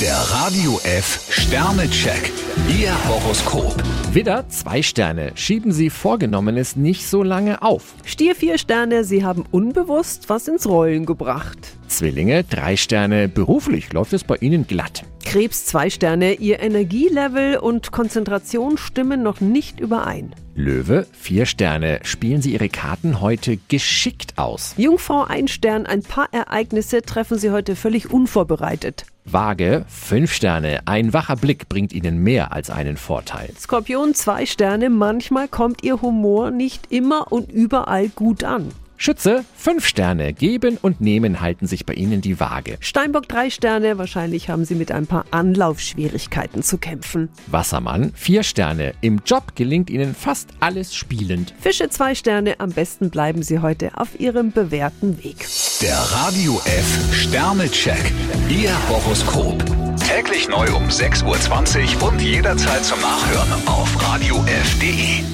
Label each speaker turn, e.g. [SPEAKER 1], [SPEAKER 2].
[SPEAKER 1] Der Radio F Sternecheck. Ihr Horoskop.
[SPEAKER 2] Widder, zwei Sterne. Schieben Sie Vorgenommenes nicht so lange auf.
[SPEAKER 3] Stier vier Sterne, Sie haben unbewusst was ins Rollen gebracht.
[SPEAKER 2] Zwillinge, drei Sterne. Beruflich läuft es bei Ihnen glatt.
[SPEAKER 3] Krebs zwei Sterne, Ihr Energielevel und Konzentration stimmen noch nicht überein.
[SPEAKER 2] Löwe, vier Sterne. Spielen Sie Ihre Karten heute geschickt aus.
[SPEAKER 3] Jungfrau ein Stern, ein paar Ereignisse treffen Sie heute völlig unvorbereitet.
[SPEAKER 2] Waage, fünf Sterne. Ein wacher Blick bringt Ihnen mehr als einen Vorteil.
[SPEAKER 3] Skorpion zwei Sterne, manchmal kommt Ihr Humor nicht immer und überall gut an.
[SPEAKER 2] Schütze, fünf Sterne. Geben und Nehmen halten sich bei Ihnen die Waage.
[SPEAKER 3] Steinbock drei Sterne, wahrscheinlich haben Sie mit ein paar Anlaufschwierigkeiten zu kämpfen.
[SPEAKER 2] Wassermann, vier Sterne. Im Job gelingt Ihnen fast alles spielend.
[SPEAKER 3] Fische zwei Sterne, am besten bleiben Sie heute auf Ihrem bewährten Weg.
[SPEAKER 1] Der Radio F Sternecheck. Ihr Horoskop. Täglich neu um 6.20 Uhr und jederzeit zum Nachhören auf Radio radiof.de.